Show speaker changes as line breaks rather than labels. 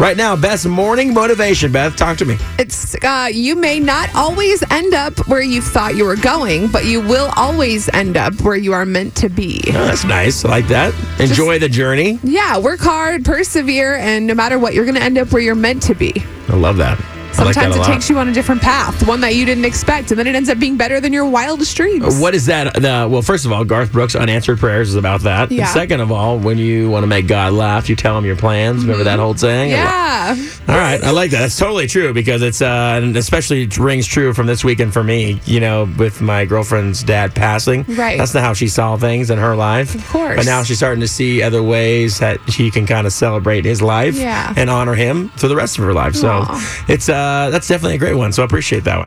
Right now, Beth's morning motivation. Beth, talk to me. Oh,
It's uh, you may not always end up where you thought you were going, but you will always end up where you are meant to be.
Oh, that's nice. I like that. Enjoy the journey.
Yeah, work hard, persevere, and no matter what, you're going to end up where you're meant to be.
I love that. I like that
Sometimes
a
it
lot.
takes you on a different path, one that you didn't expect, and then it ends up being better than your wildest dreams.
What is that? The, well, first of all, Garth Brooks' unanswered prayers is about that. And
Yeah.
second of all, when you want to make God laugh, you tell him your plans. Remember that whole saying?
Mm-hmm. Yeah.
All right, I like that. That's totally true because it's uh, and especially it rings true from this weekend for me. You know, with my girlfriend's dad passing,
Right.
That's not how she saw things in her life, of
course.
But now she's starting to see other ways that she can kind of celebrate his life,
Yeah.
and honor him through the rest of her life. So
Aw.
it's uh, that's definitely a great one. So I appreciate that one.